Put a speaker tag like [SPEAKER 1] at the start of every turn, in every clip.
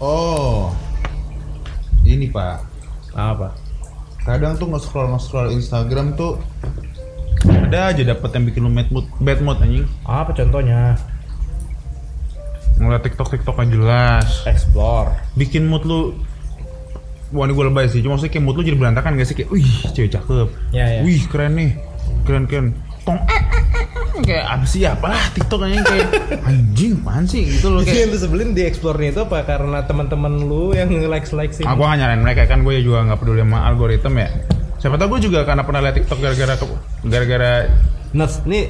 [SPEAKER 1] Oh, ini pak.
[SPEAKER 2] Apa?
[SPEAKER 1] Kadang tuh nge-scroll nge-scroll Instagram tuh ada aja dapet yang bikin lu bad mood, bad mood anjing.
[SPEAKER 2] Apa contohnya?
[SPEAKER 1] Ngeliat TikTok TikTok kan jelas.
[SPEAKER 2] Explore.
[SPEAKER 1] Bikin mood lu Wah ini gue lebay sih, cuma maksudnya kayak mood lu jadi berantakan gak sih? Kayak, wih cewek cakep,
[SPEAKER 2] Ya, ya.
[SPEAKER 1] wih keren nih, keren-keren Tong, eh, eh, eh, eh. kayak apa sih, apa TikTok anjing kayak Anjing, apaan sih gitu loh
[SPEAKER 2] Jadi
[SPEAKER 1] kayak
[SPEAKER 2] yang lu sebelin di explore-nya itu apa? Karena teman-teman lu yang like-like sih.
[SPEAKER 1] Aku gak nyalain mereka kan gue juga nggak peduli sama algoritma ya. Siapa tahu gue juga karena pernah liat TikTok gara-gara ke- gara-gara
[SPEAKER 2] Nuts, Nah, nih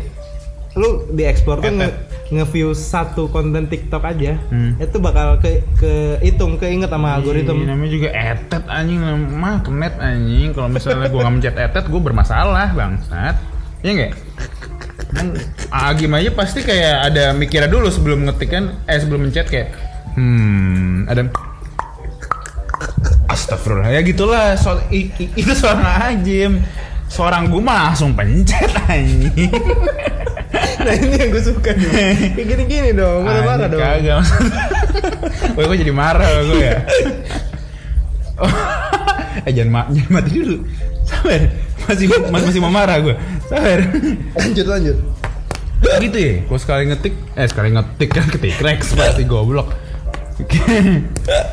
[SPEAKER 2] lu di explore tuh nge-
[SPEAKER 1] Etet.
[SPEAKER 2] nge-view satu konten TikTok aja.
[SPEAKER 1] Hmm.
[SPEAKER 2] Itu bakal ke ke hitung, keinget
[SPEAKER 1] Ih,
[SPEAKER 2] sama
[SPEAKER 3] Iya.
[SPEAKER 2] algoritma.
[SPEAKER 1] namanya juga etet anjing mah kenet anjing. Kalau misalnya gue nggak mencet etet gue bermasalah bangsat. Iya nggak? Emang Agim aja pasti kayak ada mikirnya dulu sebelum ngetik kan eh sebelum mencet kayak hmm ada Astagfirullah ya gitulah so, i- i- itu seorang Agim seorang gue mah langsung pencet anjing
[SPEAKER 2] Nah ini yang gue suka nih. Kayak gini-gini dong,
[SPEAKER 1] Ah,
[SPEAKER 2] marah-marah
[SPEAKER 1] ini
[SPEAKER 2] dong.
[SPEAKER 1] Kagak. Wah, gue jadi marah sama gue ya. Oh, eh jangan, ma- jangan mati dulu. Sabar. Masih masih, masih mau marah gue. Sabar.
[SPEAKER 2] Lanjut lanjut.
[SPEAKER 1] gitu ya. Gue sekali ngetik, eh sekali ngetik kan ketik Rex pasti goblok. Oke.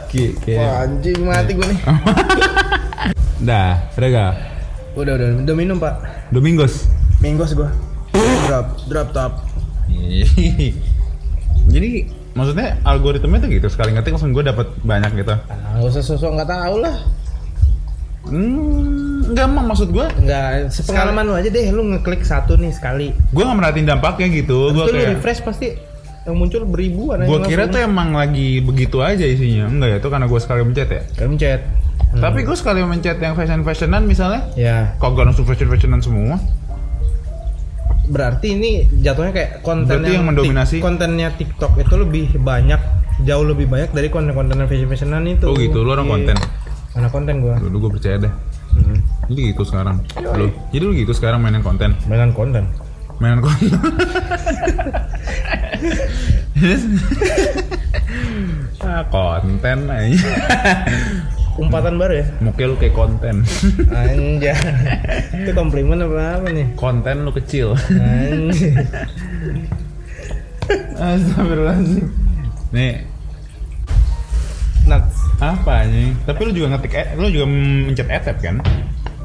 [SPEAKER 1] Oke.
[SPEAKER 3] Wah anjing mati gue nih.
[SPEAKER 1] Dah, rega.
[SPEAKER 3] Udah udah udah minum pak.
[SPEAKER 1] Domingos.
[SPEAKER 3] Minggos gue. Drop drop top.
[SPEAKER 1] jadi maksudnya algoritmanya tuh gitu sekali ngetik langsung gue dapet banyak gitu.
[SPEAKER 3] Ah, gak usah sosok nggak tahu lah.
[SPEAKER 1] Hmm, enggak emang maksud gue
[SPEAKER 3] Nggak sepengalaman lu aja deh. Lu ngeklik satu nih sekali.
[SPEAKER 1] gue nggak merhatiin dampaknya gitu gue
[SPEAKER 3] Terus lu
[SPEAKER 1] kayak
[SPEAKER 3] refresh pasti yang muncul beribuan.
[SPEAKER 1] gue kira tuh emang lagi begitu aja isinya enggak ya itu karena gue sekali mencet ya
[SPEAKER 3] Kamu chat. Hmm.
[SPEAKER 1] tapi gue sekali mencet yang fashion fashionan misalnya
[SPEAKER 3] Ya
[SPEAKER 1] kok gak langsung fashion fashionan semua
[SPEAKER 3] berarti ini jatuhnya kayak konten
[SPEAKER 1] Berarti yang mendominasi?
[SPEAKER 3] tik- kontennya TikTok itu lebih banyak jauh lebih banyak dari konten-konten fashion fashionan itu.
[SPEAKER 1] oh gitu lu orang
[SPEAKER 3] Iya. Hmm.
[SPEAKER 1] konten
[SPEAKER 3] Anak konten gua.
[SPEAKER 1] dulu gue percaya deh jadi gitu sekarang lu jadi lu gitu sekarang mainin konten
[SPEAKER 3] Mainan konten.
[SPEAKER 1] mainan konten ah, konten aja
[SPEAKER 3] Umpatan baru ya.
[SPEAKER 1] mungkin lu kayak konten
[SPEAKER 3] Anjay. itu komplimen apa apa nih?
[SPEAKER 1] konten lu kecil
[SPEAKER 3] Anjay.
[SPEAKER 1] Astagfirullahaladzim Nih
[SPEAKER 3] Nuts.
[SPEAKER 1] apa anjing? Tapi lu juga ngetik, e- lu juga mencet etep kan?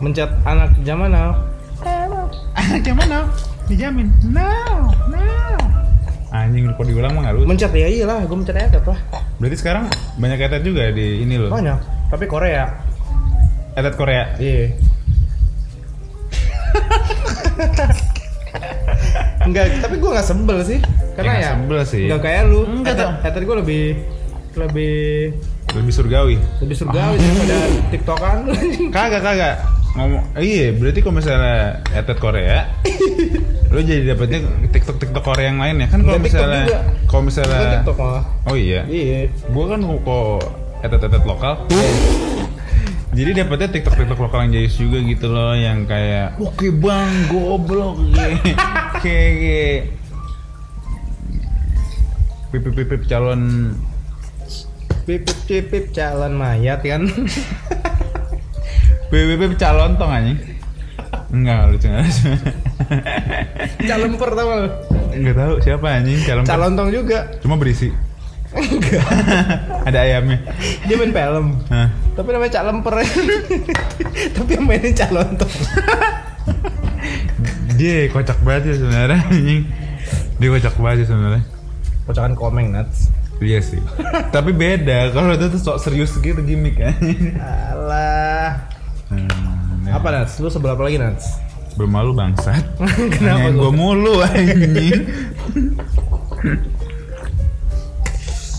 [SPEAKER 3] Mencet anak zaman now.
[SPEAKER 1] Anaknya mana? Dijamin. No, no. Anjing lu kok diulang mah nggak lu?
[SPEAKER 3] Mencet ya iyalah, gua mencet etep lah.
[SPEAKER 1] Berarti sekarang banyak etep juga di ini lo.
[SPEAKER 3] Banyak. Tapi Korea.
[SPEAKER 1] Etep Korea.
[SPEAKER 3] Iya. Enggak, tapi gua nggak sebel sih.
[SPEAKER 1] nggak
[SPEAKER 3] Karena ya,
[SPEAKER 1] sebel sih.
[SPEAKER 3] Enggak kayak lu.
[SPEAKER 1] Nggak
[SPEAKER 3] Ether-
[SPEAKER 1] tau.
[SPEAKER 3] Ether gua lebih lebih
[SPEAKER 1] Lebih surgawi.
[SPEAKER 3] lebih surgawi daripada TikTokan.
[SPEAKER 1] Kagak kagak. Ngomong, iya berarti kalau misalnya etep Korea, lu jadi dapetnya TikTok TikTok Korea yang lain ya kan? Kalau
[SPEAKER 3] Nggak, TikTok
[SPEAKER 1] misalnya,
[SPEAKER 3] juga.
[SPEAKER 1] kalau
[SPEAKER 3] Gua
[SPEAKER 1] misalnya,
[SPEAKER 3] TikTok malah.
[SPEAKER 1] oh iya,
[SPEAKER 3] Iya.
[SPEAKER 1] gue kan kok etet-etet lokal jadi dapetnya tiktok tiktok lokal yang jayus juga gitu loh yang kayak oke bang goblok Ye. kayak kayak pip pip, pip pip calon
[SPEAKER 3] Pip pip pip, pip calon mayat kan.
[SPEAKER 1] pip pip, pip calon tong anjing enggak lucu enggak lucu
[SPEAKER 3] calon pertama.
[SPEAKER 1] enggak tahu siapa anjing calon kan.
[SPEAKER 3] Calon tong juga.
[SPEAKER 1] cuma berisi ada ayamnya
[SPEAKER 3] Dia main film.
[SPEAKER 1] Hah.
[SPEAKER 3] Tapi namanya cak lemper Tapi yang mainin cak lontong
[SPEAKER 1] dia kocak banget ya sebenarnya anjing dia kocak banget ya sebenarnya
[SPEAKER 3] Pocokan komeng nuts
[SPEAKER 1] Iya sih. Tapi beda kalau itu tuh sok serius gitu gimmick kan.
[SPEAKER 3] Alah
[SPEAKER 1] Hmm, ya.
[SPEAKER 3] Apa Nats? Lu sebelah apa lagi Nats?
[SPEAKER 1] Bermalu bangsat.
[SPEAKER 3] Kenapa
[SPEAKER 1] Kenapa
[SPEAKER 3] lu?
[SPEAKER 1] gue mulu anjing.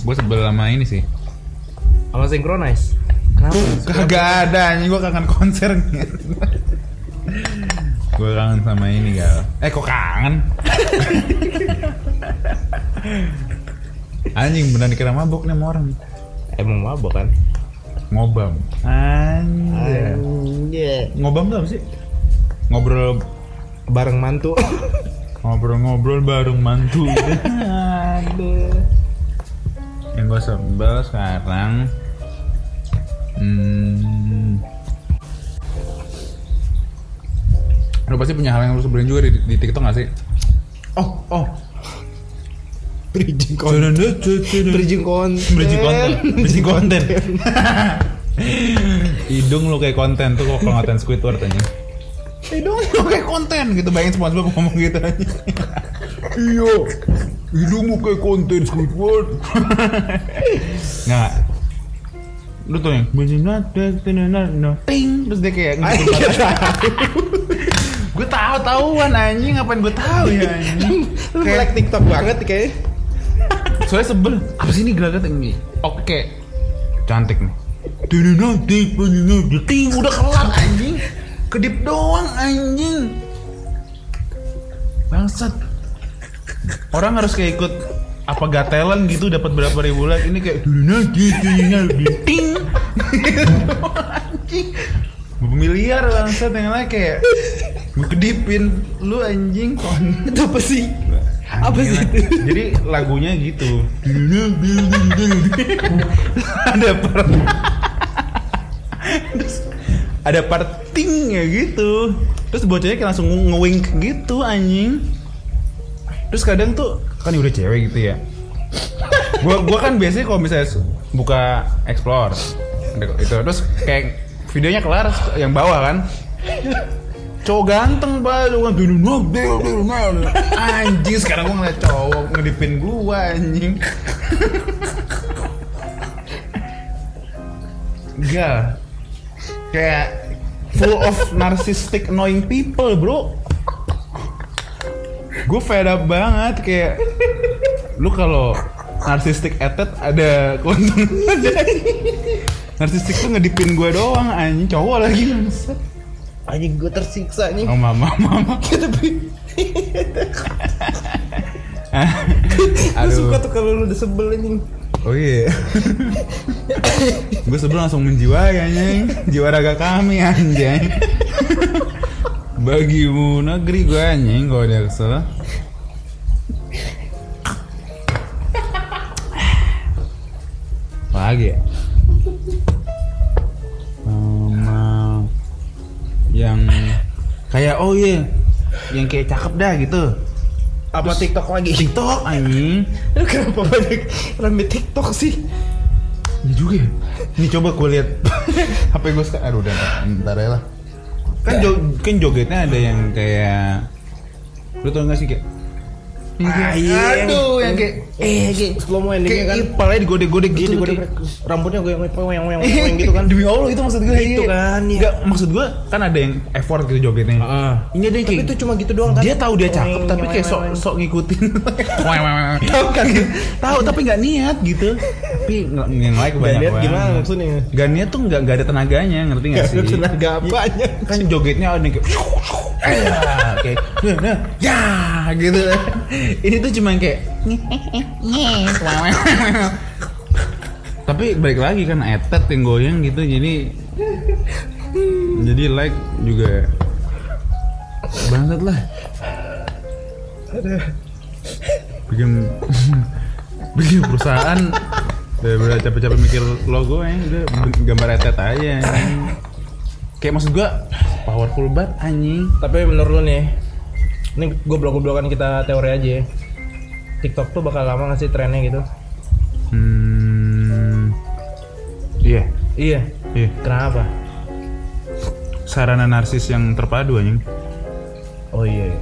[SPEAKER 1] gue sebel sama ini sih.
[SPEAKER 3] Sama Synchronize Kenapa? Nats?
[SPEAKER 1] Kagak ada anjing gue kangen konser. gue kangen sama ini gal. Eh kok kangen? anjing benar dikira mabok nih sama orang.
[SPEAKER 3] Emang mabok kan?
[SPEAKER 1] Ngobam. Anjing.
[SPEAKER 3] Anjir.
[SPEAKER 1] Ngobam tuh apa sih? Ngobrol
[SPEAKER 3] Bareng mantu
[SPEAKER 1] ngobrol-ngobrol bareng mantu. Aduh. yang gue sebel sekarang hmm, lu pasti punya hal yang lu sebelin juga di, di TikTok gak sih oh oh
[SPEAKER 3] Bridging konten.
[SPEAKER 1] bridging
[SPEAKER 3] Bridging konten.
[SPEAKER 1] konten bridging konten hidung lu kayak konten tuh kalau konten Squidward aja hidung lu kayak konten gitu bayangin SpongeBob ngomong gitu aja iya hidungmu kayak konten Squidward nggak lu tuh yang bunyi nada ting terus dia kayak gue tahu tahuan anjing ngapain gue tahu ya anjing
[SPEAKER 3] Lu
[SPEAKER 1] Kayak-
[SPEAKER 3] melek TikTok banget kayaknya.
[SPEAKER 1] Soalnya sebel. Apa sih ini gelagat ini? Oke. Cantik nih. Tini nanti, tini nanti. Ting, udah kelar anjing. Kedip doang anjing. Bangsat. Orang harus kayak ikut apa gatelan gitu dapat berapa ribu like ini kayak tini nanti, tini nanti. Ting. Gitu, anjing. Miliar bangsat yang lain kayak gua kedipin lu anjing kon
[SPEAKER 3] Itu apa sih? Apa
[SPEAKER 1] Anjing
[SPEAKER 3] sih
[SPEAKER 1] lah.
[SPEAKER 3] itu?
[SPEAKER 1] Jadi lagunya gitu. ada part Terus ada part ting ya gitu. Terus bocahnya kayak langsung ngewink gitu anjing. Terus kadang tuh kan udah cewek gitu ya. gua gua kan biasanya kalau misalnya su- buka explore itu terus kayak videonya kelar yang bawah kan cowok ganteng banget gua dulu anjing sekarang gua ngeliat cowok ngedipin gua anjing Gak kayak full of narcissistic annoying people bro gue fed up banget kayak lu kalau narcissistic atlet ada keuntungan narcissistic tuh ngedipin gue doang anjing cowok lagi bangsat.
[SPEAKER 3] Anjing gue tersiksa nih.
[SPEAKER 1] oh mama mama
[SPEAKER 3] Tapi gue
[SPEAKER 1] Aduh.
[SPEAKER 3] suka tuh kalau lu udah sebel anjing.
[SPEAKER 1] Oh iya. gue sebelum langsung menjiwai anjing. Jiwa raga kami anjing. Bagimu negeri gue anjing kalau dia kesel. Apa Lagi ya. Sama yang kayak oh iya yang kayak cakep dah gitu.
[SPEAKER 3] Apa TikTok lagi?
[SPEAKER 1] TikTok anjing.
[SPEAKER 3] Lu kenapa banyak rame TikTok sih?
[SPEAKER 1] Ini juga ya? Ini coba gue lihat HP gue sekarang. Aduh udah ntar- ntar ya lah. Kan, jo- kan jogetnya ada yang kayak lu tau gak sih kayak Iya. Yang
[SPEAKER 3] Ah,
[SPEAKER 1] kayak- aduh yang kayak
[SPEAKER 3] eh iya. kayak slow mo endingnya
[SPEAKER 1] kayak gitu
[SPEAKER 3] kan.
[SPEAKER 1] kepalanya digodek-godek gitu
[SPEAKER 3] Gitu,
[SPEAKER 1] digodek
[SPEAKER 3] rambutnya gue yang yang yang yang gitu kan.
[SPEAKER 1] demi allah itu maksud gue
[SPEAKER 3] Gitu
[SPEAKER 1] iya.
[SPEAKER 3] kan, iya.
[SPEAKER 1] Nggak, maksud gue kan ada yang effort gitu jogetnya ini ada yang
[SPEAKER 3] Tapi
[SPEAKER 1] kayak
[SPEAKER 3] itu cuma gitu doang kan.
[SPEAKER 1] dia tahu dia cakep tapi kayak sok sok ngikutin iya, tahu kan gitu tahu tapi nggak niat gitu tapi nggak yang lain
[SPEAKER 2] Gak
[SPEAKER 1] kebanyakan
[SPEAKER 2] lihat gimana maksudnya
[SPEAKER 1] Gak niat tuh gak, gak ada tenaganya, ngerti gak, sih?
[SPEAKER 2] Gak tenaga apanya
[SPEAKER 1] Kan jogetnya ada yang kayak... Eh, kayak... Nah, nah, ya, gitu. Ini tuh cuman kayak... Tapi balik lagi kan etet yang goyang gitu, jadi... jadi like juga... Bangsat lah. Bikin... bikin perusahaan daripada capek-capek mikir logo ya udah gambar etet aja kayak maksud gua powerful banget anjing
[SPEAKER 2] Tapi menurut lu nih Ini gue blok-blokan kita teori aja ya TikTok tuh bakal lama gak sih trennya gitu
[SPEAKER 1] hmm iya
[SPEAKER 2] Iya
[SPEAKER 1] iya
[SPEAKER 2] Kenapa?
[SPEAKER 1] sarana narsis yang terpadu anjing
[SPEAKER 2] Oh iya iya.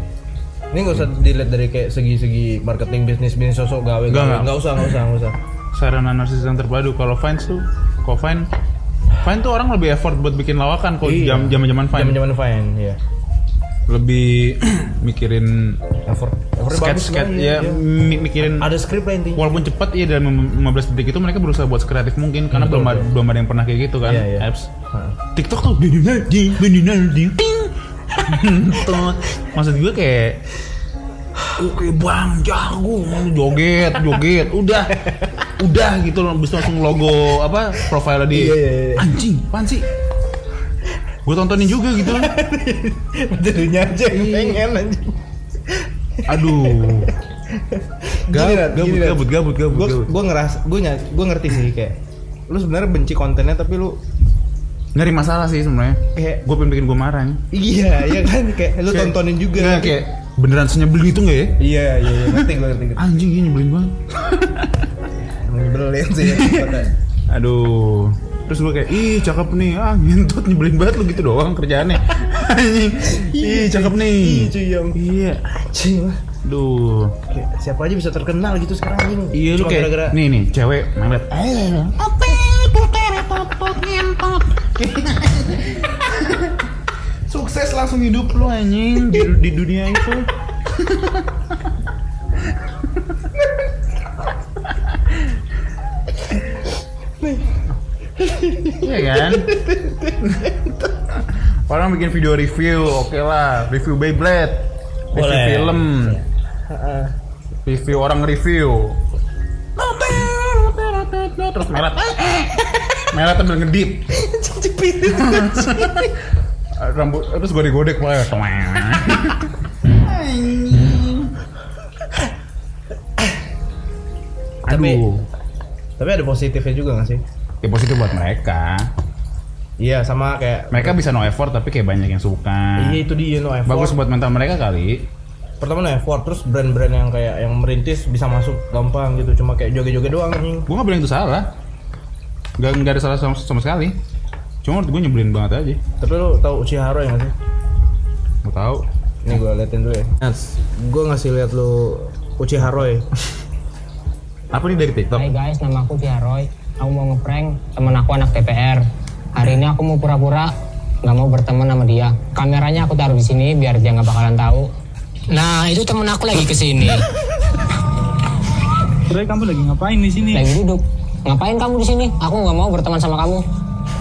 [SPEAKER 2] Ini gak usah dilihat dari kayak segi-segi marketing bisnis bisnis sosok gawe
[SPEAKER 1] Nggak, nggak.
[SPEAKER 2] gawe. Nggak usah nggak usah nggak usah
[SPEAKER 1] sarana narsis yang terpadu kalau Vines tuh kalau Vine Vine tuh orang lebih effort buat bikin lawakan kalau
[SPEAKER 2] Iya.
[SPEAKER 1] jam zaman zaman Vine
[SPEAKER 2] Jaman-jaman fine ya
[SPEAKER 1] lebih mikirin
[SPEAKER 2] Effort Effortnya
[SPEAKER 1] sketch
[SPEAKER 2] lah,
[SPEAKER 1] sketch ya
[SPEAKER 2] iya, iya.
[SPEAKER 1] mi- mikirin
[SPEAKER 2] Ada skrip lah intinya
[SPEAKER 1] walaupun cepat ya dalam 15 detik itu mereka berusaha buat sekreatif mungkin karena belum
[SPEAKER 2] Betul,
[SPEAKER 1] ada, belum ada yang pernah kayak gitu kan
[SPEAKER 2] Iya, iya.
[SPEAKER 1] apps
[SPEAKER 2] Heeh.
[SPEAKER 1] TikTok tuh ding ding ding Tuh. maksud gue kayak oke bang jago joget joget udah udah gitu loh Abis itu langsung logo apa profile di
[SPEAKER 2] Iya, iya, iya.
[SPEAKER 1] anjing apaan sih gue tontonin juga gitu Iya.
[SPEAKER 3] kan,
[SPEAKER 2] Jadinya aja yang pengen anjing
[SPEAKER 1] aduh
[SPEAKER 3] Gini, Nat,
[SPEAKER 2] Gab-
[SPEAKER 3] gini, Nat.
[SPEAKER 2] gabut, gabut, gabut,
[SPEAKER 3] Gua-
[SPEAKER 2] gabut.
[SPEAKER 3] Gua ngerasa, gua ny- gua ngerti sih kayak lu sebenarnya benci kontennya tapi lu
[SPEAKER 1] Nyari masalah sih sebenarnya.
[SPEAKER 3] kayak
[SPEAKER 1] Gue pengen bikin gue marah nih.
[SPEAKER 3] iya iya kan kayak lu
[SPEAKER 1] Kayak-
[SPEAKER 3] tontonin juga.
[SPEAKER 1] Nggak, kayak beneran senyebelin itu nggak ya?
[SPEAKER 3] Iya iya iya ngerti gua ngerti ngerti.
[SPEAKER 1] Anjing ini nyebelin banget.
[SPEAKER 3] Nyebelin sih.
[SPEAKER 1] Aduh. Terus gue kayak, ih cakep nih, ah ngentut nyebelin banget lu gitu doang kerjaannya Anjing, ih cakep nih
[SPEAKER 3] Iya cuy yang
[SPEAKER 1] Iya,
[SPEAKER 3] anjing lah.
[SPEAKER 1] duh
[SPEAKER 2] Kayak siapa aja bisa terkenal gitu sekarang anjing.
[SPEAKER 1] Iya lu
[SPEAKER 2] Cuma
[SPEAKER 1] kayak,
[SPEAKER 2] gara-gara-
[SPEAKER 1] nih nih cewek mewet Eh, Sukses langsung hidup lu anjing di, di dunia itu Iya kan? Orang bikin video review, oke lah, review Beyblade, review
[SPEAKER 2] Boleh.
[SPEAKER 1] film,
[SPEAKER 3] Heeh.
[SPEAKER 1] review orang review terus melet melet sambil ngedip
[SPEAKER 3] Cepitin.
[SPEAKER 1] Eh, rambut eh, terus godek-godek malah
[SPEAKER 2] Tapi-
[SPEAKER 1] aduh
[SPEAKER 2] Tapi ada positifnya juga gak sih?
[SPEAKER 1] ya positif buat mereka
[SPEAKER 2] Iya sama kayak
[SPEAKER 1] mereka bisa no effort tapi kayak banyak yang suka
[SPEAKER 2] Iya itu dia no effort.
[SPEAKER 1] Nah. bagus buat mental mereka kali
[SPEAKER 2] Pertama no effort terus brand-brand yang kayak yang merintis bisa masuk gampang gitu cuma kayak joget-joget doang anjing.
[SPEAKER 1] gue nggak bilang itu salah nggak nggak ada salah sama, sama sekali cuma gue nyebelin banget aja
[SPEAKER 2] Tapi lu tahu Uchiha yang gak sih?
[SPEAKER 1] nggak tahu
[SPEAKER 2] Ini gue liatin dulu ya. Nats, gue ngasih lihat lu Uchiha
[SPEAKER 1] ya.
[SPEAKER 2] Roy.
[SPEAKER 1] apa nih dari tiktok
[SPEAKER 4] Hai guys, nama aku Tia Roy. Aku mau ngeprank temen aku anak TPR. Hari ini aku mau pura-pura nggak mau berteman sama dia. Kameranya aku taruh di sini biar dia nggak bakalan tahu. Nah, itu temen aku lagi kesini,
[SPEAKER 5] Roy kamu lagi ngapain di sini?
[SPEAKER 4] lagi duduk. Ngapain kamu di sini? Aku nggak mau berteman sama kamu.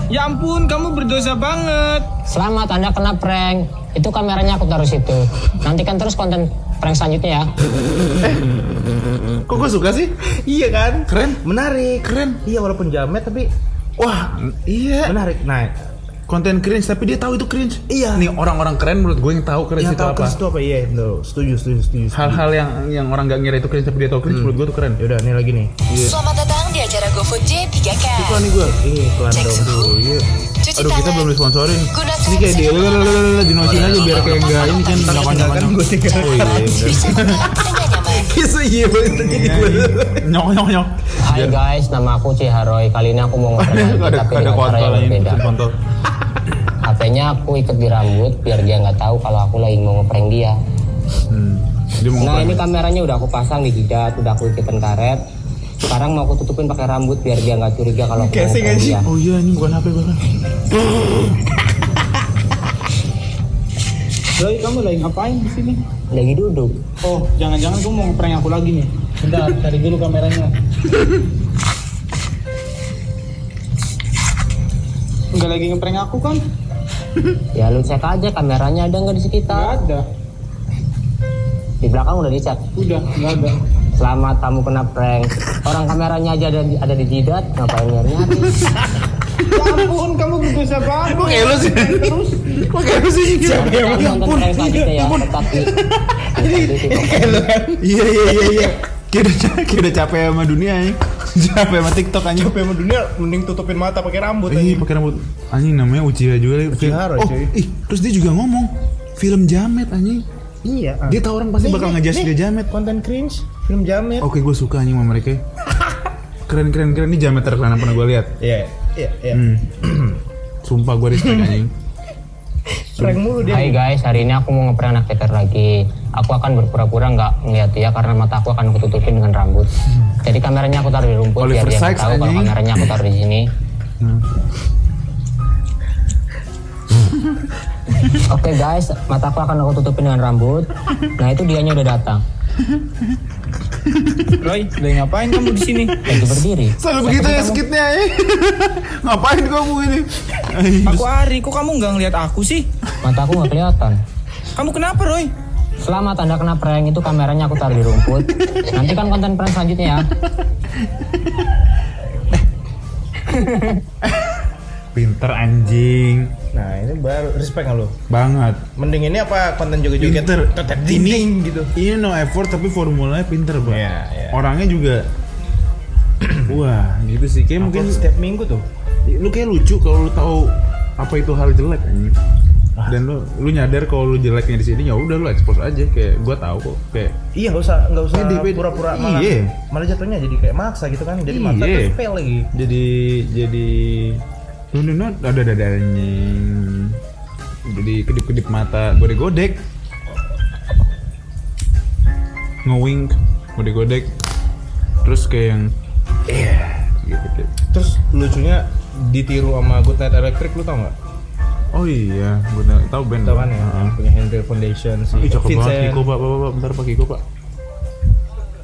[SPEAKER 5] Ya ampun, kamu berdosa banget.
[SPEAKER 4] Selamat, Anda kena prank. Itu kameranya aku taruh situ. Nantikan terus konten prank selanjutnya ya.
[SPEAKER 1] kok gue suka sih
[SPEAKER 3] Iya kan?
[SPEAKER 1] keren
[SPEAKER 3] Menarik.
[SPEAKER 1] keren
[SPEAKER 3] Iya walaupun jamet tapi
[SPEAKER 1] wah iya
[SPEAKER 3] menarik. Nah,
[SPEAKER 1] konten cringe tapi dia tahu itu cringe
[SPEAKER 3] Iya.
[SPEAKER 1] nih orang-orang keren menurut gue yang tahu cringe
[SPEAKER 3] yang
[SPEAKER 1] itu
[SPEAKER 3] tahu
[SPEAKER 1] apa
[SPEAKER 3] Chris itu apa? Iya, betul. Setuju, setuju, setuju. setuju.
[SPEAKER 1] hal-hal yang yang orang nggak ngira itu cringe tapi dia tahu cringe menurut gue tuh keren
[SPEAKER 3] Yaudah, ini lagi nih.
[SPEAKER 1] Iya.
[SPEAKER 6] Selamat datang di acara GoFood J3K.
[SPEAKER 1] iklan nih gue
[SPEAKER 3] Ini iklan
[SPEAKER 6] Cek
[SPEAKER 3] dong.
[SPEAKER 6] suhu.
[SPEAKER 1] aduh iya
[SPEAKER 6] Cuci
[SPEAKER 1] aduh kita
[SPEAKER 6] tangan.
[SPEAKER 1] belum disponsorin
[SPEAKER 6] Gunakan
[SPEAKER 1] ini kayak di
[SPEAKER 6] sabun.
[SPEAKER 1] dinocin aja biar kayak nggak ini kan nggak panjang
[SPEAKER 3] Kan
[SPEAKER 1] panjang
[SPEAKER 3] gue tiga.
[SPEAKER 1] oh iya bener.
[SPEAKER 6] Bisa tenang dengan nyaman.
[SPEAKER 3] Kisah iya banget tadi gue.
[SPEAKER 1] nyok nyok nyok
[SPEAKER 4] Hai guys, nama aku Cia Roy. Kali ini aku mau ngeprank lagi,
[SPEAKER 1] Iya. ada
[SPEAKER 4] tapi
[SPEAKER 1] ada
[SPEAKER 4] dengan cara
[SPEAKER 1] kontol
[SPEAKER 4] yang
[SPEAKER 1] ini
[SPEAKER 4] berbeda.
[SPEAKER 1] putus kontol
[SPEAKER 4] HP-nya aku ikat di rambut biar dia nggak tahu kalau aku lagi mau ngeprank dia.
[SPEAKER 1] Hmm. dia mau
[SPEAKER 4] Nah
[SPEAKER 1] ngapain?
[SPEAKER 4] ini kameranya udah aku pasang di jidat, udah aku iketin karet. Sekarang mau aku tutupin pakai rambut biar dia nggak curiga kalau aku
[SPEAKER 3] Casing
[SPEAKER 4] ngomong
[SPEAKER 3] aja.
[SPEAKER 4] dia.
[SPEAKER 1] oh iya ini bukan HP bukan
[SPEAKER 5] Roy, kamu lagi ngapain di sini?
[SPEAKER 4] Lagi duduk.
[SPEAKER 5] Oh, jangan-jangan kamu mau ngeprank aku lagi nih. Bentar, cari dulu kameranya. Enggak lagi ngeprank aku kan?
[SPEAKER 4] Ya lu cek aja kameranya ada nggak di
[SPEAKER 5] Enggak
[SPEAKER 4] sekitar.
[SPEAKER 5] ada.
[SPEAKER 4] Di belakang udah dicek.
[SPEAKER 5] Udah, enggak ada.
[SPEAKER 4] Selamat kamu kena prank. Orang kameranya aja ada di, ada di jidat, ngapain nyari nyari?
[SPEAKER 5] Ya ampun, kamu berdosa banget. Kok
[SPEAKER 1] kayak lu sih?
[SPEAKER 5] Terus,
[SPEAKER 1] kok kayak apa sih kan?
[SPEAKER 4] Jangan
[SPEAKER 5] Ya
[SPEAKER 4] nonton prank selanjutnya ya, tetap di. tetap di TikTok.
[SPEAKER 1] iya
[SPEAKER 4] gitu?
[SPEAKER 1] iya iya iya kayak udah kayak udah capek sama dunia ya capek sama tiktok anjing
[SPEAKER 3] Capek sama dunia mending tutupin mata pakai rambut
[SPEAKER 1] Ih,
[SPEAKER 3] aja.
[SPEAKER 1] pakai rambut anjing namanya Uchiha juga lagi.
[SPEAKER 3] Uchiha Roy,
[SPEAKER 1] oh,
[SPEAKER 3] cuy.
[SPEAKER 1] ih, terus dia juga ngomong film jamet anjing.
[SPEAKER 3] Iya. ah.
[SPEAKER 1] Dia tahu orang pasti
[SPEAKER 3] Nih,
[SPEAKER 1] bakal
[SPEAKER 3] nih,
[SPEAKER 1] ngejudge
[SPEAKER 3] nih.
[SPEAKER 1] dia jamet.
[SPEAKER 3] Konten cringe, film jamet.
[SPEAKER 1] Oke, gue suka anjing sama mereka. ya. Keren keren keren ini jamet terkeren yang pernah gue lihat.
[SPEAKER 3] Iya, iya, iya.
[SPEAKER 1] Hmm. Sumpah gue respect anjing.
[SPEAKER 3] Prank mulu dia.
[SPEAKER 4] Hai guys, hari ini aku mau ngeprank anak TPR lagi. Aku akan berpura-pura nggak ngeliat dia karena mata aku akan aku tutupin dengan rambut.
[SPEAKER 5] Hmm.
[SPEAKER 4] Jadi kameranya aku taruh di rumput
[SPEAKER 1] Oliver
[SPEAKER 4] biar dia nggak
[SPEAKER 1] Sykes,
[SPEAKER 4] tahu kalau
[SPEAKER 1] anjing.
[SPEAKER 4] kameranya aku taruh di sini.
[SPEAKER 5] Hmm.
[SPEAKER 4] Oke guys, mata aku akan aku tutupin dengan rambut. Nah itu dianya udah datang.
[SPEAKER 5] Roy, lagi ngapain kamu di sini?
[SPEAKER 4] Lagi berdiri.
[SPEAKER 1] Selalu begitu ya skitnya ya. Ngapain kamu ini? Anjing,
[SPEAKER 5] Aku Ari, kok kamu nggak ngeliat aku sih?
[SPEAKER 4] Mata aku nggak kelihatan.
[SPEAKER 5] Kamu kenapa, Roy?
[SPEAKER 4] Selamat anda kena prank itu kameranya aku taruh di rumput. Nantikan konten prank selanjutnya ya.
[SPEAKER 1] Pinter anjing.
[SPEAKER 2] Nah ini baru respect nggak lu?
[SPEAKER 1] Banget.
[SPEAKER 2] Mending ini apa konten joget-joget
[SPEAKER 1] Pinter.
[SPEAKER 2] tetep dinding gitu.
[SPEAKER 1] Ini Iya, no effort tapi formulanya pinter banget.
[SPEAKER 2] Iya, iya.
[SPEAKER 1] Orangnya juga Wah, gitu sih. Kayak mungkin
[SPEAKER 2] Mungkin setiap minggu tuh.
[SPEAKER 1] lu kayak lucu kalau lu tahu apa itu hal jelek anjing. Dan lu lu nyadar kalau lu jeleknya di sini ya udah lu expose aja kayak gua tahu kok kayak
[SPEAKER 2] Iya nggak usah nggak usah
[SPEAKER 1] Pede, pede.
[SPEAKER 2] pura-pura malah
[SPEAKER 1] Iya.
[SPEAKER 2] malah jatuhnya jadi kayak maksa gitu kan jadi maksa
[SPEAKER 1] Iya.
[SPEAKER 2] terus fail lagi.
[SPEAKER 1] jadi jadi tuh nuh, nuh, ada dadanya jadi kedip-kedip mata godek-godek ngewink godek-godek terus kayak yang yeah, gitu, gitu.
[SPEAKER 2] Terus lucunya ditiru sama Good Night Electric lu tau nggak?
[SPEAKER 1] oh iya gue tau, tau band
[SPEAKER 2] Tau kan ya
[SPEAKER 1] Heeh.
[SPEAKER 2] yang punya Henry Foundation si
[SPEAKER 1] Ih, cakep banget
[SPEAKER 2] Vincent.
[SPEAKER 1] Kiko pak, pak, pak, pak, bentar pak Kiko pak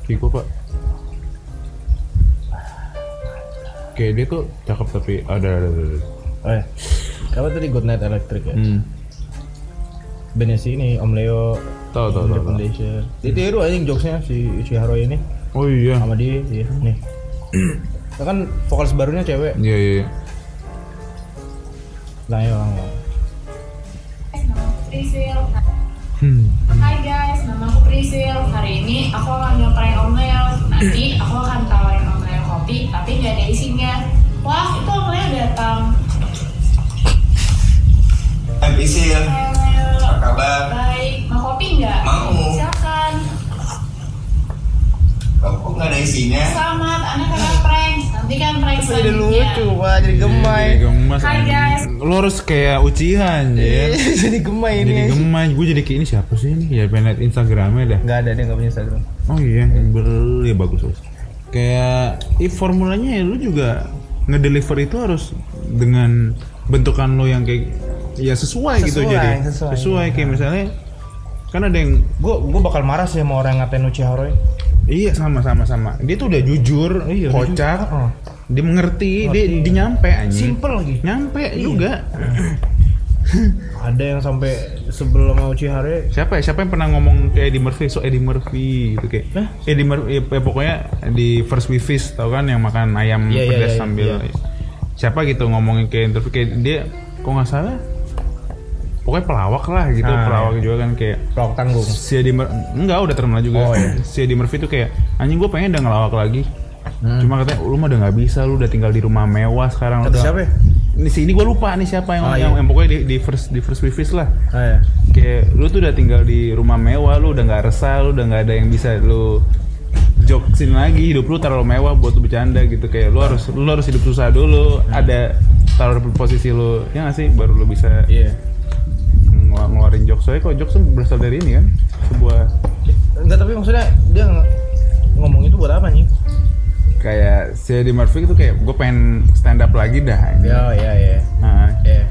[SPEAKER 1] Kiko pak Kayak dia tuh cakep tapi ada ada ada, ada.
[SPEAKER 2] Eh, apa tadi Good Night Electric ya?
[SPEAKER 1] Hmm.
[SPEAKER 2] Bandnya si ini Om Leo
[SPEAKER 1] Tahu tahu
[SPEAKER 2] Henry
[SPEAKER 1] tahu. tahu.
[SPEAKER 2] Foundation. Ditiru anjing jokesnya si Ichiharo ini
[SPEAKER 1] Oh iya.
[SPEAKER 2] sama dia iya. nih. Ya kan vokalis barunya cewek.
[SPEAKER 1] Iya iya. iya.
[SPEAKER 2] Nah, ya orang.
[SPEAKER 7] Eh, Prisil.
[SPEAKER 1] Hmm.
[SPEAKER 7] Hai guys, nama aku Prisil. Hari ini aku akan nyobain omel. Nanti aku akan tawarin omel kopi, tapi nggak ada isinya. Wah, itu omelnya datang.
[SPEAKER 8] Em Isil,
[SPEAKER 7] Hai, Omel.
[SPEAKER 8] apa kabar?
[SPEAKER 7] Baik, mau kopi nggak?
[SPEAKER 8] Mau.
[SPEAKER 7] Silakan.
[SPEAKER 8] Kok kok nggak ada isinya?
[SPEAKER 7] Selamat, anak kakak prank. Nanti kan prank
[SPEAKER 3] Jadi
[SPEAKER 7] selanjutnya.
[SPEAKER 3] lucu, Pak. Jadi gemai.
[SPEAKER 1] Jadi gemas.
[SPEAKER 7] Hai,
[SPEAKER 1] anjing.
[SPEAKER 7] guys.
[SPEAKER 1] Lu harus kayak ucihan ya.
[SPEAKER 3] jadi gemai ini.
[SPEAKER 1] jadi gemas. Gue jadi kayak ini siapa sih ini? Ya pengen liat Instagramnya dah.
[SPEAKER 2] Enggak ada dia enggak punya Instagram.
[SPEAKER 1] Oh iya, yang ber ya bagus bagus. Kayak i formulanya ya lu juga ngedeliver itu harus dengan bentukan lo yang kayak ya sesuai, gitu
[SPEAKER 3] Sesuai,
[SPEAKER 1] jadi
[SPEAKER 3] sesuai.
[SPEAKER 1] kayak misalnya kan ada yang
[SPEAKER 2] Gue gue bakal marah sih sama orang yang ngatain Uchiha Roy.
[SPEAKER 1] iya sama sama sama dia tuh udah jujur
[SPEAKER 2] Iya, udah
[SPEAKER 1] kocak
[SPEAKER 2] jujur. Oh.
[SPEAKER 1] dia mengerti, dia,
[SPEAKER 2] Ngerti.
[SPEAKER 1] dia nyampe anjing
[SPEAKER 2] Simple lagi.
[SPEAKER 1] nyampe juga
[SPEAKER 2] Ada yang sampai sebelum sama Uchiha Roy
[SPEAKER 1] siapa ya siapa yang pernah ngomong ke Eddie Murphy so Eddie Murphy gitu kayak
[SPEAKER 2] Hah?
[SPEAKER 1] Eddie Murphy ya, ya pokoknya di First We Feast tau kan yang makan ayam
[SPEAKER 2] Iya, iya,
[SPEAKER 1] pedas
[SPEAKER 2] iya,
[SPEAKER 1] sambil
[SPEAKER 2] iya.
[SPEAKER 1] siapa gitu ngomongin kayak interview kayak dia kok nggak salah pokoknya pelawak lah gitu
[SPEAKER 2] Ah,
[SPEAKER 1] pelawak juga kan kayak
[SPEAKER 2] pelok tanggung.
[SPEAKER 1] si Eddie Mur- enggak udah terkenal juga
[SPEAKER 2] Oh, iya.
[SPEAKER 1] si Eddie Murphy tuh kayak anjing gue pengen udah ngelawak lagi cuma katanya lu mah udah nggak bisa lu udah tinggal di rumah mewah sekarang lu
[SPEAKER 2] Hmm. Kata
[SPEAKER 1] udah-
[SPEAKER 2] siapa ya?
[SPEAKER 1] di sini gue lupa nih siapa yang,
[SPEAKER 2] Oh,
[SPEAKER 1] yang,
[SPEAKER 2] iya.
[SPEAKER 1] yang pokoknya di, di first di first We Feast lah
[SPEAKER 2] Ah, ya.
[SPEAKER 1] kayak lu tuh udah tinggal di rumah mewah lu udah nggak resah lu udah nggak ada yang bisa lu jokesin lagi hidup lu terlalu mewah buat lu bercanda gitu kayak lu harus lu harus hidup susah dulu
[SPEAKER 2] Hmm.
[SPEAKER 1] ada taruh di posisi lu ya nggak sih baru lu bisa
[SPEAKER 2] Iya.
[SPEAKER 1] ngelu- ngeluarin jokes soalnya kok jokes tuh berasal dari ini kan sebuah
[SPEAKER 2] Enggak tapi maksudnya dia nge- ngomong itu buat apa nih?
[SPEAKER 1] kayak si Eddie Murphy itu kayak gue pengen stand up lagi dah ini."
[SPEAKER 2] iya iya.
[SPEAKER 1] Nah,
[SPEAKER 2] Iya.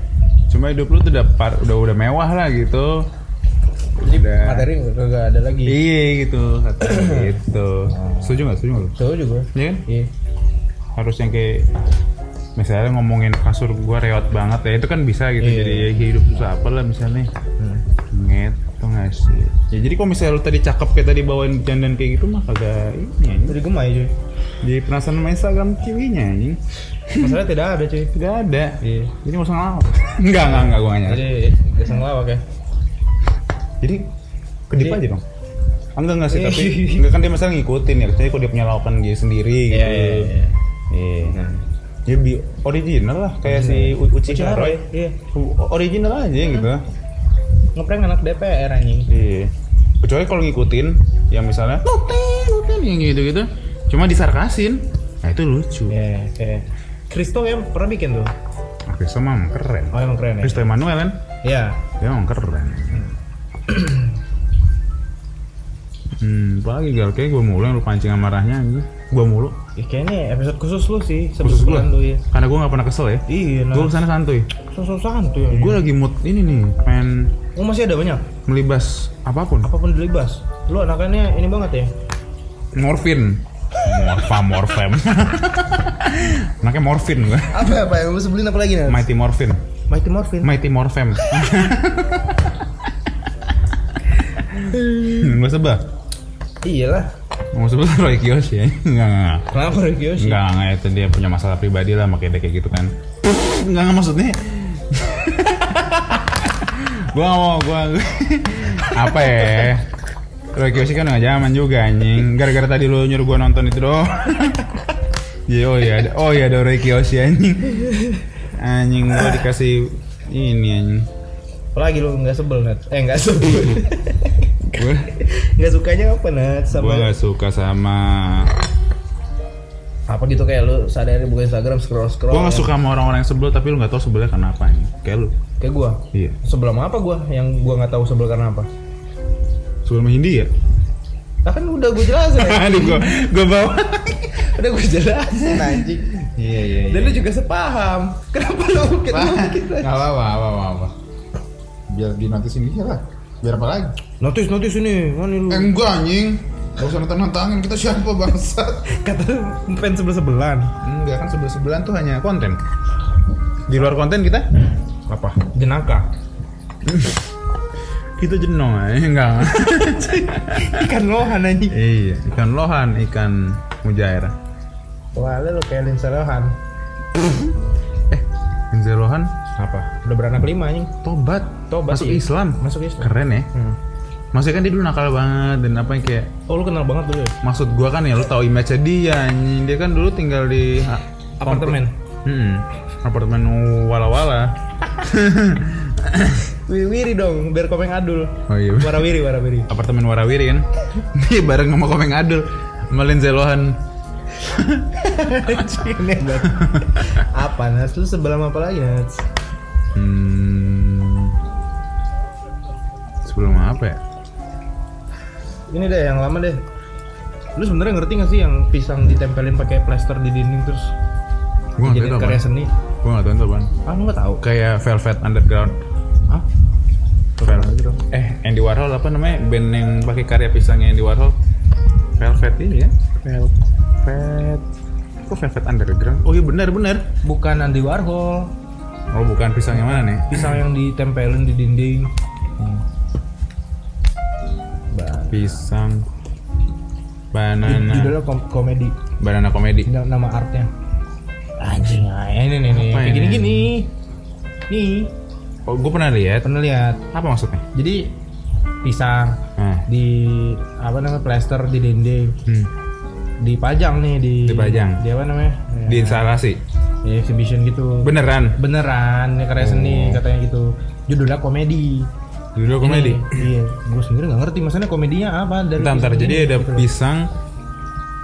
[SPEAKER 1] cuma hidup lu tuh udah par- udah udah mewah lah gitu
[SPEAKER 2] Jadi
[SPEAKER 1] Udah.
[SPEAKER 2] materi enggak ada lagi.
[SPEAKER 1] iya gitu kata gitu setuju nggak setuju nggak lu
[SPEAKER 2] Tahu juga.
[SPEAKER 1] Iya kan?
[SPEAKER 2] Iya.
[SPEAKER 1] harus yang kayak misalnya ngomongin kasur gua reot banget ya itu kan bisa gitu
[SPEAKER 2] Iya.
[SPEAKER 1] jadi ya hidup susah apa lah misalnya
[SPEAKER 2] Hmm.
[SPEAKER 1] gitu nggak sih ya jadi kalau misalnya lu tadi cakep kayak tadi bawain jandan kayak gitu mah kagak ini anjing.
[SPEAKER 2] Jadi gemai cuy.
[SPEAKER 1] jadi penasaran sama Instagram ceweknya anjing
[SPEAKER 2] Masalahnya tidak ada cuy.
[SPEAKER 1] nggak ada
[SPEAKER 2] Iya.
[SPEAKER 1] jadi nggak usah ngelawak nggak nggak nggak gua nggak nyari
[SPEAKER 2] Jadi gak usah ngelawak ya.
[SPEAKER 1] jadi kedip
[SPEAKER 2] Jadi-
[SPEAKER 1] aja dong Ah, enggak enggak sih
[SPEAKER 2] Iya.
[SPEAKER 1] tapi enggak kan dia masalah ngikutin ya kecuali kalau dia punya lawakan dia sendiri
[SPEAKER 2] Iya,
[SPEAKER 1] gitu Iya. Ya bi original lah kayak si U- Uchiha
[SPEAKER 2] Uchiha
[SPEAKER 1] Roy.
[SPEAKER 2] Roy. Iya.
[SPEAKER 1] U- Original aja gitu.
[SPEAKER 2] Ngeprank anak DPR anjing.
[SPEAKER 1] Iya. Kecuali kalau ngikutin yang misalnya noten noten yang gitu-gitu. Cuma disarkasin. Nah itu lucu.
[SPEAKER 2] Iya, iya. Kristo yang pernah bikin tuh.
[SPEAKER 1] Oke, sama emang keren.
[SPEAKER 2] Oh, emang keren ya.
[SPEAKER 1] Kristo Emmanuel kan?
[SPEAKER 2] Iya.
[SPEAKER 1] Dia emang keren. Hmm, apa lagi gal kayak gue mulu yang lu pancing amarahnya anjing. Gue mulu
[SPEAKER 2] Ya, kayaknya episode khusus lu sih
[SPEAKER 1] khusus gue.
[SPEAKER 2] bulan lu ya.
[SPEAKER 1] Karena gue gak pernah kesel ya.
[SPEAKER 2] Iya, nah.
[SPEAKER 1] Gue kesana santuy.
[SPEAKER 2] Sosok santuy ya.
[SPEAKER 1] Gue lagi mood ini nih, pengen
[SPEAKER 2] Oh, masih ada banyak.
[SPEAKER 1] melibas apapun.
[SPEAKER 2] Apapun dilibas. Lu anakannya ini banget ya.
[SPEAKER 1] morfin morfa morfem anaknya morfin gue
[SPEAKER 3] Apa apa yang lu sebelin apa lagi nih?
[SPEAKER 1] mighty morfin
[SPEAKER 2] Mighty Morphin.
[SPEAKER 1] mighty morfem hmm, gue sebel
[SPEAKER 2] Iyalah.
[SPEAKER 1] gue sebel Roy Kiyoshi ya enggak enggak
[SPEAKER 2] Kenapa Rikyoshi?
[SPEAKER 1] enggak enggak itu dia punya masalah pribadi lah makanya dia kayak gitu kan enggak enggak maksudnya gua gak mau gua apa ya Roy Kiyoshi kan gak zaman juga anjing gara-gara tadi lu nyuruh gua nonton itu doang Iya, oh iya ada oh iya ada Roy Kiyoshi anjing anjing gua dikasih ini anjing
[SPEAKER 2] Apalagi lu nggak sebel net? Eh nggak sebel.
[SPEAKER 1] Iya. gua
[SPEAKER 2] Nggak sukanya apa net?
[SPEAKER 1] gua
[SPEAKER 2] Sama
[SPEAKER 1] gak suka sama
[SPEAKER 2] apa gitu kayak lu sadari buka Instagram ya. scroll scroll.
[SPEAKER 1] gua gak suka sama orang-orang yang sebel tapi lu gak tahu sebelnya kenapa anjing kayak lu
[SPEAKER 2] Kayak gua.
[SPEAKER 1] iya
[SPEAKER 2] Sebel sama apa gua? Yang gua nggak tahu sebel karena apa?
[SPEAKER 1] sebelum Hindi ya
[SPEAKER 2] Lah kan udah gua jelasin. ya.
[SPEAKER 1] aduh gua gua bawa
[SPEAKER 2] udah gua jelasin anjing.
[SPEAKER 1] iya iya
[SPEAKER 2] Dan lu juga sepaham. Kenapa lu kita
[SPEAKER 9] Gak apa-apa, gak apa-apa. gak apa-apa. Biar di nanti sini aja lah. Biar apa lagi?
[SPEAKER 2] Notis notis ini, mana lu?
[SPEAKER 9] Eh, enggak anjing. Gak usah nantang-nantangin kita siapa bangsat.
[SPEAKER 2] Kata lu fans sebel sebelan.
[SPEAKER 1] enggak kan sebel sebelan tuh hanya konten di luar konten kita
[SPEAKER 2] Apa? Jenaka.
[SPEAKER 1] kita jenong aja enggak
[SPEAKER 2] Ikan lohan anjing.
[SPEAKER 1] iya ikan lohan ikan mujair
[SPEAKER 2] Wah lu kayak Lindsay Lohan.
[SPEAKER 1] Lindsay Lohan
[SPEAKER 2] Apa? Udah beranak lima anjing.
[SPEAKER 1] tobat
[SPEAKER 2] Tobat,
[SPEAKER 1] masuk
[SPEAKER 2] iya.
[SPEAKER 1] Islam
[SPEAKER 2] Masuk Islam.
[SPEAKER 1] keren ya
[SPEAKER 2] Hmm.
[SPEAKER 1] maksudnya kan dia dulu nakal banget dan apa yang kayak
[SPEAKER 2] Oh lu kenal banget dulu ya?
[SPEAKER 1] maksud gua kan ya lu tahu image dia anjing dia kan dulu tinggal di ha-
[SPEAKER 2] Apartemen.
[SPEAKER 1] komplek- Mm-mm. Hmm, apartemen wala-wala
[SPEAKER 2] Wi- Wiri dong, biar komeng adul.
[SPEAKER 1] oh iya
[SPEAKER 2] Warawiri, warawiri.
[SPEAKER 1] apartemen Warawiri kan dia bareng sama Komeng Adul sama Lindsay Lohan
[SPEAKER 2] Aneh banget. apa Nas? Lu sebelah sama apa lagi Nas?
[SPEAKER 1] Hmm. Sebelum apa ya?
[SPEAKER 2] Ini deh yang lama deh. Lu sebenarnya ngerti gak sih yang pisang ditempelin pakai plaster di dinding terus
[SPEAKER 1] Gua nggak tahu
[SPEAKER 2] jadi
[SPEAKER 1] itu
[SPEAKER 2] karya
[SPEAKER 1] apaan.
[SPEAKER 2] seni?
[SPEAKER 1] Gua nggak tahu itu apaan.
[SPEAKER 2] Oh, Ah lu gak tahu?
[SPEAKER 1] Kayak Velvet Underground.
[SPEAKER 2] Hah?
[SPEAKER 1] Velvet. Eh, Andy Warhol apa namanya? Band yang pakai karya pisangnya Andy Warhol. Velvet ini ya? Velvet. Kok Velvet Underground? Oh iya benar benar.
[SPEAKER 2] Bukan Andy Warhol.
[SPEAKER 1] Oh bukan pisang yang mana nih?
[SPEAKER 2] Pisang yang ditempelin di dinding. Ba-
[SPEAKER 1] Pisang. Banana.
[SPEAKER 2] Judulnya kom- komedi.
[SPEAKER 1] Banana komedi.
[SPEAKER 2] Ini nama artnya. Anjing ah, ini nih nih.
[SPEAKER 1] Apa
[SPEAKER 2] Kayak
[SPEAKER 1] ini?
[SPEAKER 2] gini-gini. Nih,
[SPEAKER 1] Oh, gue pernah lihat.
[SPEAKER 2] pernah lihat.
[SPEAKER 1] Apa maksudnya?
[SPEAKER 2] Jadi pisang
[SPEAKER 1] Nah.
[SPEAKER 2] di apa namanya plaster di dinding
[SPEAKER 1] Hmm.
[SPEAKER 2] dipajang nih di
[SPEAKER 1] Dipajang.
[SPEAKER 2] di apa namanya ya,
[SPEAKER 1] Di instalasi.
[SPEAKER 2] di exhibition gitu
[SPEAKER 1] Beneran.
[SPEAKER 2] beneran ini karya seni katanya gitu judulnya komedi
[SPEAKER 1] Judul komedi.
[SPEAKER 2] Ini, iya gue sendiri nggak ngerti maksudnya komedinya apa dari
[SPEAKER 1] Bentar, bentar.
[SPEAKER 2] pisang
[SPEAKER 1] Jadi
[SPEAKER 2] ini,
[SPEAKER 1] ada
[SPEAKER 2] gitu loh.
[SPEAKER 1] pisang,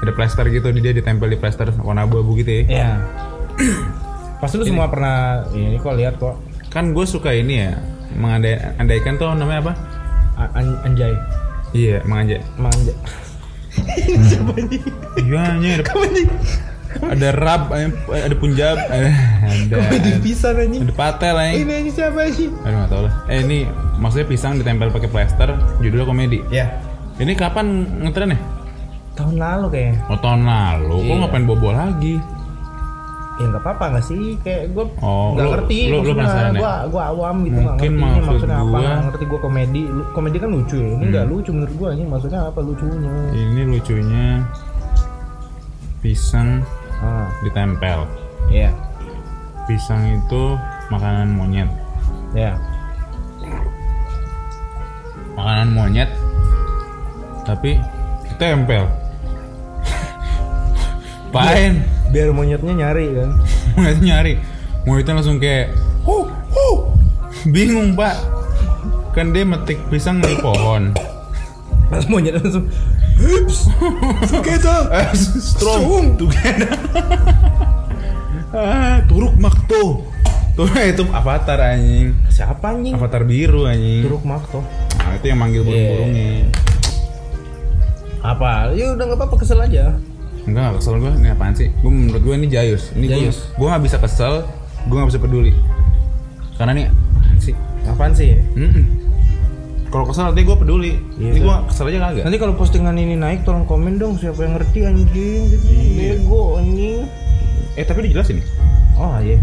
[SPEAKER 1] ada plaster gitu, dia ditempel di plaster warna abu-abu gitu ya.
[SPEAKER 2] Iya. pasti lu semua pernah iya, ini kok lihat kok
[SPEAKER 1] Kan gue suka ini ya, mengandaikan tuh namanya apa?
[SPEAKER 2] A- an- anjay
[SPEAKER 1] Iya, mengajak.
[SPEAKER 2] manja
[SPEAKER 1] Iya, anjing, ada, ada rap, ada punjab, ada ada,
[SPEAKER 2] komedi pisang anjing
[SPEAKER 1] ada patel anjing.
[SPEAKER 2] ini anjing siapa sih
[SPEAKER 1] Aduh nggak tahu lah. Eh ini maksudnya pisang ditempel pakai plaster, judulnya komedi.
[SPEAKER 2] ya
[SPEAKER 1] Ini kapan ngetren ya?
[SPEAKER 2] tahun lalu kayaknya
[SPEAKER 1] Oh tahun lalu. Kok
[SPEAKER 2] Iya.
[SPEAKER 1] ngapain bobo lagi?
[SPEAKER 2] ya nggak apa-apa nggak sih kayak gue
[SPEAKER 1] Oh,
[SPEAKER 2] nggak
[SPEAKER 1] lu-
[SPEAKER 2] ngerti
[SPEAKER 1] lu- lu
[SPEAKER 2] maksudnya.
[SPEAKER 1] penasaran ya?
[SPEAKER 2] gua gua awam gitu
[SPEAKER 1] Mungkin
[SPEAKER 2] nggak ngerti ini
[SPEAKER 1] maksud
[SPEAKER 2] maksudnya apa
[SPEAKER 1] gua- Hmm.
[SPEAKER 2] nggak ngerti gue komedi Lu- komedi kan lucu ya ini nggak lucu menurut gue ini maksudnya apa lucunya
[SPEAKER 1] Ini lucunya pisang
[SPEAKER 2] ah
[SPEAKER 1] ditempel.
[SPEAKER 2] ya
[SPEAKER 1] Pisang itu makanan monyet.
[SPEAKER 2] ya
[SPEAKER 1] Makanan monyet tapi ditempel. Pain.
[SPEAKER 2] biar monyetnya nyari kan
[SPEAKER 1] Monyet nyari. Monyetnya langsung kayak huh, huh. Bingung, Pak. Kan dia metik pisang dari pohon.
[SPEAKER 2] Lalu monyet langsung Hips Together
[SPEAKER 1] Eh, strong together. ah, turuk makto. Tuh itu avatar anjing.
[SPEAKER 2] Siapa anjing?
[SPEAKER 1] Avatar biru anjing.
[SPEAKER 2] Turuk Makto
[SPEAKER 1] Nah, itu yang manggil burung-burungnya.
[SPEAKER 2] Apa? Ya udah nggak apa-apa kesel aja
[SPEAKER 1] Enggak, nggak kesel gue. Ini apaan sih? Gue menurut gue ini jayus. Ini gue
[SPEAKER 2] Jayus.
[SPEAKER 1] gue nggak bisa kesel, gue nggak bisa peduli. Karena nih apaan sih.
[SPEAKER 2] Apaan sih ya?
[SPEAKER 1] Mm-mm. Kalau kesel nanti gue peduli.
[SPEAKER 2] Iya,
[SPEAKER 1] ini
[SPEAKER 2] kan?
[SPEAKER 1] gue kesel aja kagak.
[SPEAKER 2] Nanti kalau postingan ini naik tolong komen dong siapa yang ngerti anjing gitu. Bego anjing.
[SPEAKER 1] Eh tapi dijelasin nih.
[SPEAKER 2] Oh iya.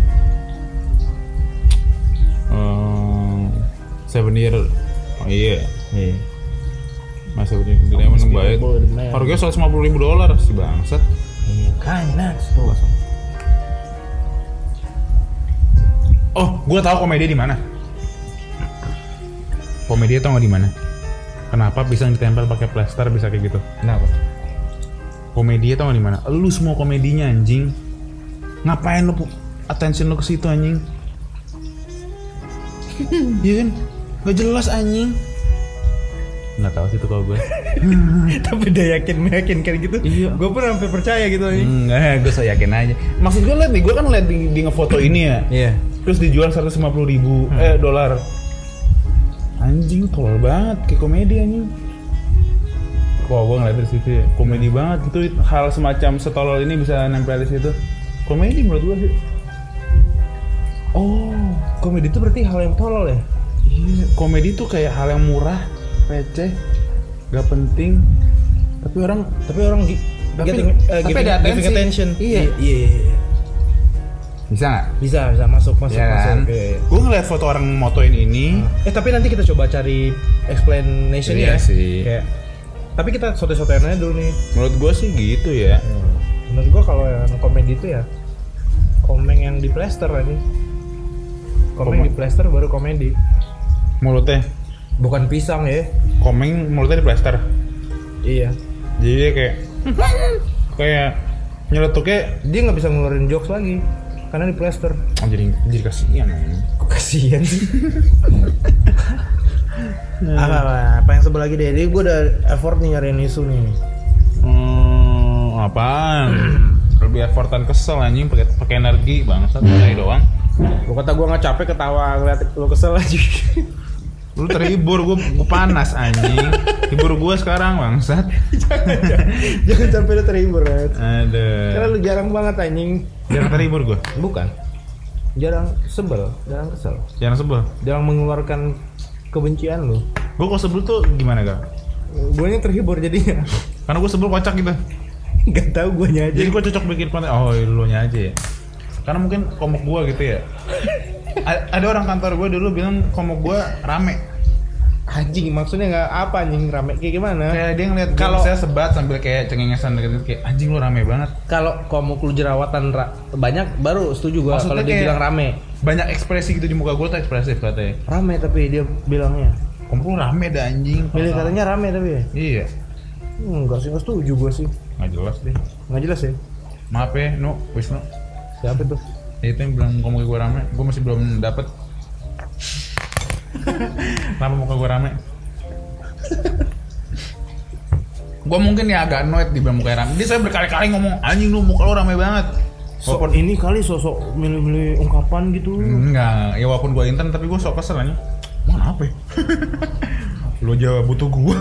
[SPEAKER 1] Ehm, seven year. Oh iya.
[SPEAKER 2] Iya.
[SPEAKER 1] Masih di Diamond yang baik. Harganya 150 ribu dolar si bangsat.
[SPEAKER 2] Iya kan, Nats. Tuh.
[SPEAKER 1] Oh, gue tahu komedi di mana. Komedi tau nggak di mana? Kenapa pisang ditempel pakai plester bisa kayak gitu?
[SPEAKER 2] Kenapa?
[SPEAKER 1] Komedi tau nggak di mana? Lu semua komedinya anjing. Ngapain lu pu- attention lu ke situ anjing? Iya kan? Gak jelas anjing. Nggak tahu sih itu kalau gue.
[SPEAKER 2] Tapi udah yakin meyakinkan gitu.
[SPEAKER 1] Iya.
[SPEAKER 2] Gue pun hampir percaya gitu. anjing.
[SPEAKER 1] Enggak, gue so yakin aja. Maksud gue liat nih, gue kan liat di, di ngefoto ini ya.
[SPEAKER 2] Iya.
[SPEAKER 1] terus dijual 150 ribu eh dolar anjing tolol banget kayak komedi anjing wah gua ngeliat dari situ ya komedi banget itu hal semacam setolol ini bisa nempel di situ komedi menurut gua sih
[SPEAKER 2] Oh, komedi itu berarti hal yang tolol ya?
[SPEAKER 1] Iya, komedi tuh kayak hal yang murah receh gak penting tapi orang
[SPEAKER 2] Tapi orang gi-
[SPEAKER 1] Tapi-
[SPEAKER 2] getting, eh,
[SPEAKER 1] tapi
[SPEAKER 2] giving,
[SPEAKER 1] ada
[SPEAKER 2] giving
[SPEAKER 1] atensi.
[SPEAKER 2] attention.
[SPEAKER 1] Iya.
[SPEAKER 2] Iya. iya, iya.
[SPEAKER 1] bisa nggak
[SPEAKER 2] Bisa, bisa masuk, masuk,
[SPEAKER 1] ya kan Hmm.
[SPEAKER 2] masuk. Iya, iya.
[SPEAKER 1] gua ngeliat foto orang motoin ini
[SPEAKER 2] Eh tapi nanti kita coba cari explanation
[SPEAKER 1] Iya
[SPEAKER 2] ya.
[SPEAKER 1] sih.
[SPEAKER 2] Kayak, tapi kita sote-sotean aja dulu nih.
[SPEAKER 1] menurut gua sih gitu ya
[SPEAKER 2] Menurut gua kalau yang komedi itu ya komeng yang di plaster aja. Komeng
[SPEAKER 1] Komeng.
[SPEAKER 2] di plaster baru komedi.
[SPEAKER 1] mulutnya
[SPEAKER 2] Bukan pisang ya.
[SPEAKER 1] komeng mulutnya di plaster
[SPEAKER 2] Iya.
[SPEAKER 1] jadi dia kayak kayak nyeletuknya
[SPEAKER 2] Dia nggak bisa ngeluarin jokes lagi karena di plaster.
[SPEAKER 1] oh, jadi jadi kasihan anjing.
[SPEAKER 2] Kok kasihan sih? Nah.
[SPEAKER 3] apa, apa, apa yang sebelah lagi deh jadi gue udah effort nih nyariin isu nih
[SPEAKER 1] hmm, apaan lebih effortan kesel anjing pakai pakai energi bangsat tadi doang
[SPEAKER 2] Lu kata gua nggak capek ketawa ngeliat lu kesel aja.
[SPEAKER 1] lu terhibur gue panas anjing hibur gue sekarang bangsat
[SPEAKER 2] Jangan sampai lu terhibur Red.
[SPEAKER 1] ada
[SPEAKER 2] Karena lu jarang banget anjing.
[SPEAKER 1] jangan terhibur gue
[SPEAKER 2] Bukan. Jarang sebel, jarang kesel.
[SPEAKER 1] jangan sebel
[SPEAKER 2] Jarang mengeluarkan kebencian lu.
[SPEAKER 1] gue kalau sebel tuh gimana gak
[SPEAKER 2] Gue terhibur jadinya.
[SPEAKER 1] karena gue sebel kocak gitu
[SPEAKER 2] Gak tau guanya aja.
[SPEAKER 1] jadi gue cocok bikin konten oh lu nya aja ya karena mungkin komik gue gitu ya A- ada orang kantor gue dulu bilang komik gue rame
[SPEAKER 2] Anjing maksudnya nggak apa anjing rame kayak gimana?
[SPEAKER 1] kayak dia ngeliat kalau
[SPEAKER 2] Kalau-
[SPEAKER 1] saya sebat sambil kayak cengengesan deket kayak anjing lu rame banget
[SPEAKER 2] Kalau komuk lu jerawatan ra- banyak baru setuju gua
[SPEAKER 1] Maksudnya
[SPEAKER 2] kalau dia
[SPEAKER 1] kayak-
[SPEAKER 2] bilang rame.
[SPEAKER 1] banyak ekspresi gitu di muka gue tuh ekspresif katanya
[SPEAKER 2] Rame tapi dia bilangnya.
[SPEAKER 1] komik lu rame dah anjing
[SPEAKER 2] Milih Iya, katanya rame tapi ya.
[SPEAKER 1] iya
[SPEAKER 2] Hmm, Enggak sih, nggak setuju gua sih.
[SPEAKER 1] nggak jelas deh
[SPEAKER 2] Nggak jelas ya.
[SPEAKER 1] maaf ya nu wis nu
[SPEAKER 2] Siapa tuh?
[SPEAKER 1] itu yang bilang komik gue rame gue masih belum dapet kenapa muka gue rame gue mungkin ya agak annoyed di muka rame dia saya berkali-kali ngomong anjing lu muka lu rame banget
[SPEAKER 3] sosok ini kali sosok milih-milih ungkapan gitu
[SPEAKER 1] Enggak, ya walaupun gue intern tapi gue sok kesel aja. Mana apa? ya? Lo jawab butuh Ya, gue.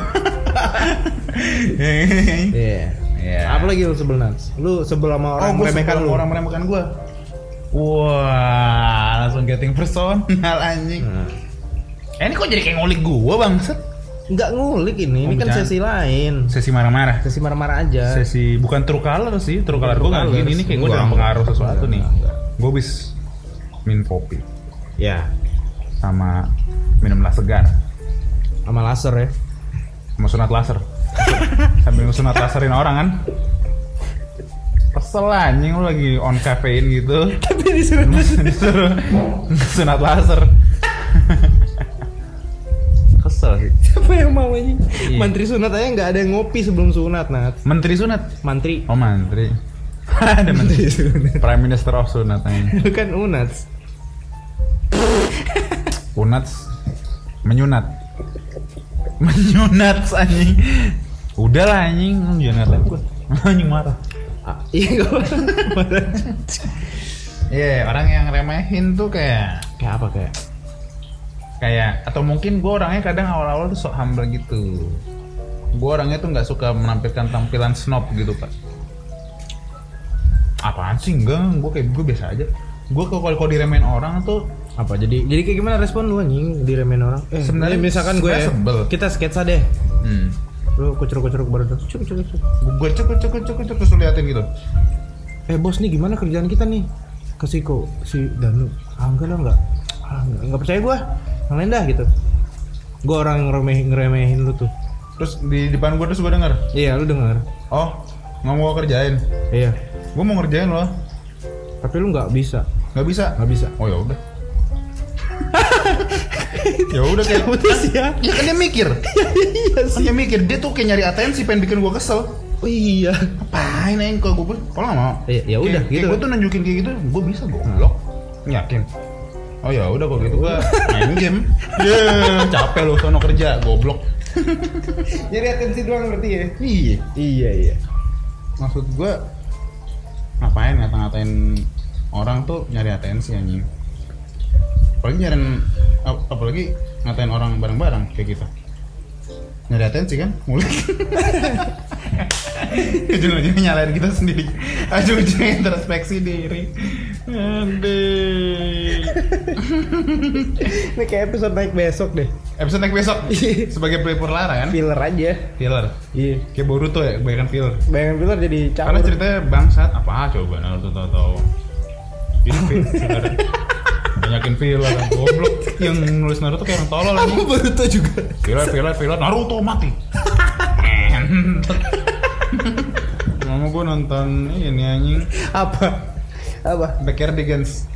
[SPEAKER 2] Iya.
[SPEAKER 1] Iya.
[SPEAKER 2] Apa lagi lu sebel Nats? Lu sebel sama orang
[SPEAKER 1] Oh, gua
[SPEAKER 2] meremehkan
[SPEAKER 1] sebelum
[SPEAKER 2] lu.
[SPEAKER 1] Orang meremehkan gue. Wah, langsung getting personal anjing.
[SPEAKER 2] Hmm. Nah.
[SPEAKER 1] Eh, ini kok jadi kayak ngulik gue bangset?
[SPEAKER 2] Enggak ngulik ini,
[SPEAKER 1] Oh,
[SPEAKER 2] ini kan
[SPEAKER 1] bercanda.
[SPEAKER 2] sesi lain.
[SPEAKER 1] Sesi marah-marah.
[SPEAKER 2] Sesi marah-marah aja.
[SPEAKER 1] Sesi bukan true color sih, true color gue
[SPEAKER 2] True
[SPEAKER 1] nggak
[SPEAKER 2] colors.
[SPEAKER 1] gini. Ini kayak gue
[SPEAKER 2] Enggak,
[SPEAKER 1] dalam pengaruh
[SPEAKER 2] enggak.
[SPEAKER 1] sesuatu nih.
[SPEAKER 2] Enggak, enggak.
[SPEAKER 1] Gue bis min kopi
[SPEAKER 2] Ya,
[SPEAKER 1] sama minum las segar.
[SPEAKER 2] sama laser ya.
[SPEAKER 1] mau sunat laser sambil sunat laserin orang kan kesel lah, anjing lu lagi on caffeine gitu tapi disuruh disuruh sunat laser kesel sih
[SPEAKER 2] Siapa yang mau anjing?
[SPEAKER 1] Iya.
[SPEAKER 2] Mantri sunat aja nggak ada yang ngopi sebelum sunat, Nat.
[SPEAKER 1] menteri sunat
[SPEAKER 2] Mantri.
[SPEAKER 1] oh menteri ada menteri
[SPEAKER 2] sunat.
[SPEAKER 1] prime minister of sunat anjing
[SPEAKER 2] Lu kan unats.
[SPEAKER 1] unat menyunat menyunat anjing udahlah anjing lu jangan ngatain gua anjing marah Ah.
[SPEAKER 2] Iya gak apa-apa.
[SPEAKER 1] Iya, orang yang remehin tuh kayak
[SPEAKER 2] Kayak apa kayak?
[SPEAKER 1] kayak atau mungkin gue orangnya kadang awal-awal tuh sok humble gitu gue orangnya tuh nggak suka menampilkan tampilan snob gitu pak apaan sih enggak gue kayak gue biasa aja gue kalau kalau diremehin orang tuh
[SPEAKER 2] Apa jadi jadi kayak gimana respon lu anjing diremehin orang? Eh,
[SPEAKER 1] Sebenarnya-
[SPEAKER 2] ini misalkan gue
[SPEAKER 1] sebenarnya
[SPEAKER 2] ya,
[SPEAKER 1] sebel.
[SPEAKER 2] kita sketsa deh.
[SPEAKER 1] hmm,
[SPEAKER 2] Lu kucuruk-kucuruk baru terus. Cuk cuk cuk.
[SPEAKER 1] gue cukup cukup cukup cukup terus lu liatin gitu
[SPEAKER 2] Eh bos nih gimana kerjaan kita nih? Ke si ko, si Danu. Ah enggak lah enggak. Ah, enggak, enggak percaya gua. Yang lain dah gitu. Gua orang yang ngeremehin, ngeremehin lu tuh.
[SPEAKER 1] terus di depan gue terus gue denger
[SPEAKER 2] Iya, lu denger.
[SPEAKER 1] oh nggak mau gua kerjain
[SPEAKER 2] Iya.
[SPEAKER 1] gue mau ngerjain loh
[SPEAKER 2] Tapi lu nggak bisa.
[SPEAKER 1] nggak bisa
[SPEAKER 2] Nggak bisa.
[SPEAKER 1] oh ya udah ya udah kayak
[SPEAKER 2] putus ya.
[SPEAKER 1] ya kan dia mikir
[SPEAKER 3] Iya,
[SPEAKER 1] kan dia mikir dia tuh kayak nyari atensi pengen bikin gua kesel
[SPEAKER 2] Oh iya.
[SPEAKER 1] apain aing kalau gua kalau nggak mau
[SPEAKER 2] Ya- ya
[SPEAKER 3] Iya,
[SPEAKER 2] udah,
[SPEAKER 1] Kayak-
[SPEAKER 2] gitu.
[SPEAKER 1] kayak gua tuh nunjukin kayak gitu gua bisa goblok yakin oh ya udah kalau gitu gua main game ya capek lu sono kerja goblok
[SPEAKER 3] Jadi atensi doang berarti ya.
[SPEAKER 1] iya
[SPEAKER 3] Iya iya.
[SPEAKER 1] maksud gua ngapain ngata-ngatain orang tuh nyari atensi anjing apalagi nyariin ap- apalagi ngatain orang bareng-bareng kayak kita nyari atensi kan mulai ujung-ujungnya nyalain kita sendiri ujung-ujungnya introspeksi diri aduh
[SPEAKER 3] Ini kayak episode naik besok deh.
[SPEAKER 1] episode next besok sebagai pelipur lara kan
[SPEAKER 3] Filler aja.
[SPEAKER 1] filler
[SPEAKER 3] Iya.
[SPEAKER 1] kayak Boruto ya kebanyakan filler
[SPEAKER 3] Bayangan filler jadi
[SPEAKER 1] Karena
[SPEAKER 3] campur.
[SPEAKER 1] ceritanya bangsat apa coba Naruto tahu tahu. Ini filler. Banyakin filler goblok yang nulis Naruto kayak orang tolol lagi.
[SPEAKER 3] baru tuh juga.
[SPEAKER 1] Filler filler filler Naruto mati. Mama gue nonton ini anjing
[SPEAKER 3] Apa? Apa?
[SPEAKER 1] Backyardigans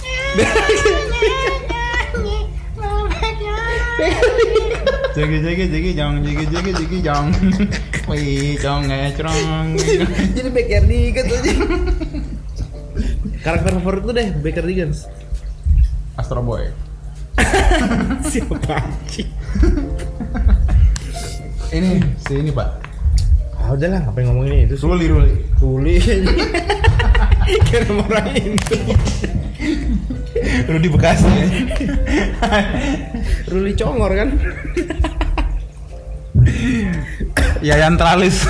[SPEAKER 1] Jagi jagi jagi jong jagi jagi jagi jong Wih jong eh, ngecrong
[SPEAKER 3] jadi backyard dikit aja. Karakter favorit lu deh, Baker Digans.
[SPEAKER 1] Astro Boy
[SPEAKER 3] Siapa anjing?
[SPEAKER 1] Ini si ini pak
[SPEAKER 3] Ah udahlah, ngapain ngomongin itu?
[SPEAKER 1] Ruli Ruli
[SPEAKER 3] Suli. Kira marahin
[SPEAKER 1] Rudi Bekasi
[SPEAKER 3] Ruli congor kan?
[SPEAKER 1] Yayan Tralis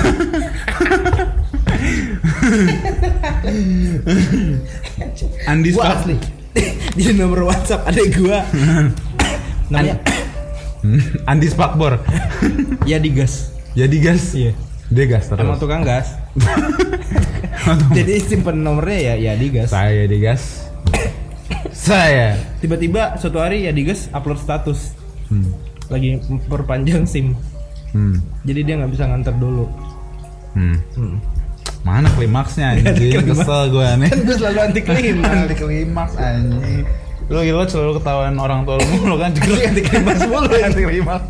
[SPEAKER 1] Andi
[SPEAKER 3] Gua
[SPEAKER 1] Star
[SPEAKER 3] asli. Di nomor WhatsApp ada gua. Namanya
[SPEAKER 1] Andi Spakbor
[SPEAKER 3] ya digas.
[SPEAKER 1] Jadi gas Iya Dia gas terus
[SPEAKER 3] Emang tukang gas. Jadi simpen nomornya ya ya digas.
[SPEAKER 1] Saya di gas Saya
[SPEAKER 3] Tiba-tiba suatu hari ya digas upload status
[SPEAKER 1] hmm.
[SPEAKER 3] lagi perpanjang SIM.
[SPEAKER 1] Hmm.
[SPEAKER 3] Jadi dia nggak bisa nganter dulu.
[SPEAKER 1] Hmm. Mana klimaksnya anjing Kesel gue nih
[SPEAKER 3] Gue Kan selalu anti klim.
[SPEAKER 1] Anti klimaks anjing Lu lo selalu ketahuan orang tua lu mulu kan juga anti klimaks mulu Anti klimaks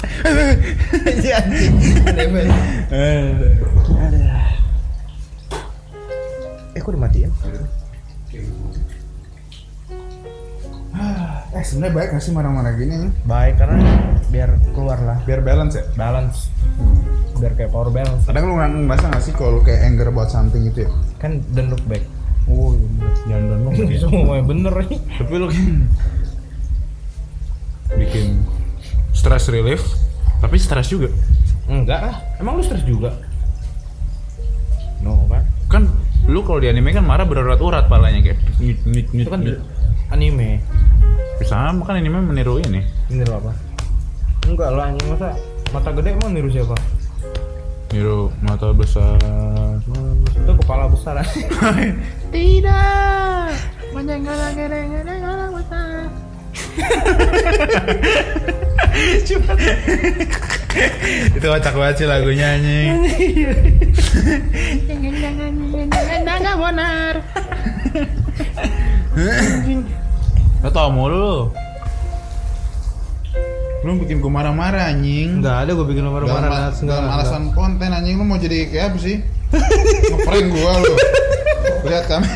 [SPEAKER 3] Iya anjing. Aneh banget. Aduh. Eh, kok udah mati ya?
[SPEAKER 9] Eh sebenarnya baik nggak sih marah-marah gini?
[SPEAKER 3] Baik, karena biar keluar lah.
[SPEAKER 9] Biar balance ya.
[SPEAKER 3] Balance. Biar kayak power balance.
[SPEAKER 9] Kadang lu nggak ngerasa nggak sih kalau lu kayak anger about something gitu ya?
[SPEAKER 3] Kan don't look back. Oh,
[SPEAKER 2] iya,
[SPEAKER 3] jangan don't look back. Semua bener nih.
[SPEAKER 1] Tapi lu kan bikin stress relief, tapi stress juga.
[SPEAKER 3] Enggak
[SPEAKER 2] ah.
[SPEAKER 3] lah. Emang lu stres juga? No, kan?
[SPEAKER 1] Kan lu kalau di anime kan marah berurat-urat palanya kayak nyut nyut nyut.
[SPEAKER 3] Itu kan
[SPEAKER 1] nyut.
[SPEAKER 3] anime.
[SPEAKER 1] Sama kan anime meniru ini.
[SPEAKER 3] Ini lo apa? Enggak lah, anjing masa mata gede emang niru siapa?
[SPEAKER 1] Niru mata besar.
[SPEAKER 3] Itu kepala besar anjing.
[SPEAKER 1] Itu kocak banget sih lagunya anjing. Lo tau mulu lu. Lu bikin gue marah-marah anjing.
[SPEAKER 3] Enggak ada gue bikin nomor
[SPEAKER 9] Dalam,
[SPEAKER 3] marah
[SPEAKER 9] dalam alasan konten anjing lu mau jadi kayak apa sih? Ngeprank gua lu. Lihat kami.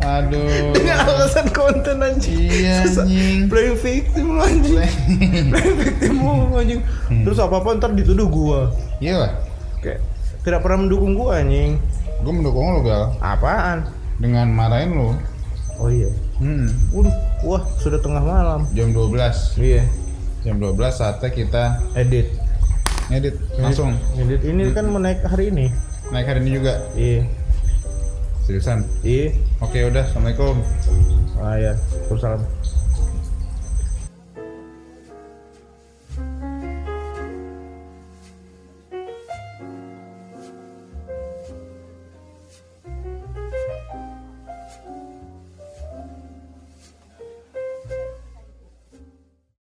[SPEAKER 9] Aduh.
[SPEAKER 3] alasan konten anjing.
[SPEAKER 9] Iya
[SPEAKER 3] Susah.
[SPEAKER 9] anjing.
[SPEAKER 3] Playing victim lu anjing. Playing victim lu anjing. Terus apa-apa ntar dituduh gua.
[SPEAKER 9] Iya lah.
[SPEAKER 3] Kayak tidak pernah mendukung gua anjing.
[SPEAKER 9] Gua mendukung lu gal
[SPEAKER 3] Apaan?
[SPEAKER 9] dengan marahin lu.
[SPEAKER 3] Oh iya.
[SPEAKER 9] Hmm.
[SPEAKER 3] Waduh, wah sudah tengah malam.
[SPEAKER 9] Jam 12.
[SPEAKER 3] Iya.
[SPEAKER 9] Jam 12 saatnya kita
[SPEAKER 3] Edit.
[SPEAKER 9] ngedit langsung.
[SPEAKER 3] Edit ini kan mau naik hari ini.
[SPEAKER 9] Naik hari ini juga.
[SPEAKER 3] Iya.
[SPEAKER 9] Seriusan.
[SPEAKER 3] Iya.
[SPEAKER 9] Oke udah. Assalamualaikum.
[SPEAKER 3] Ah ya. Terus salam.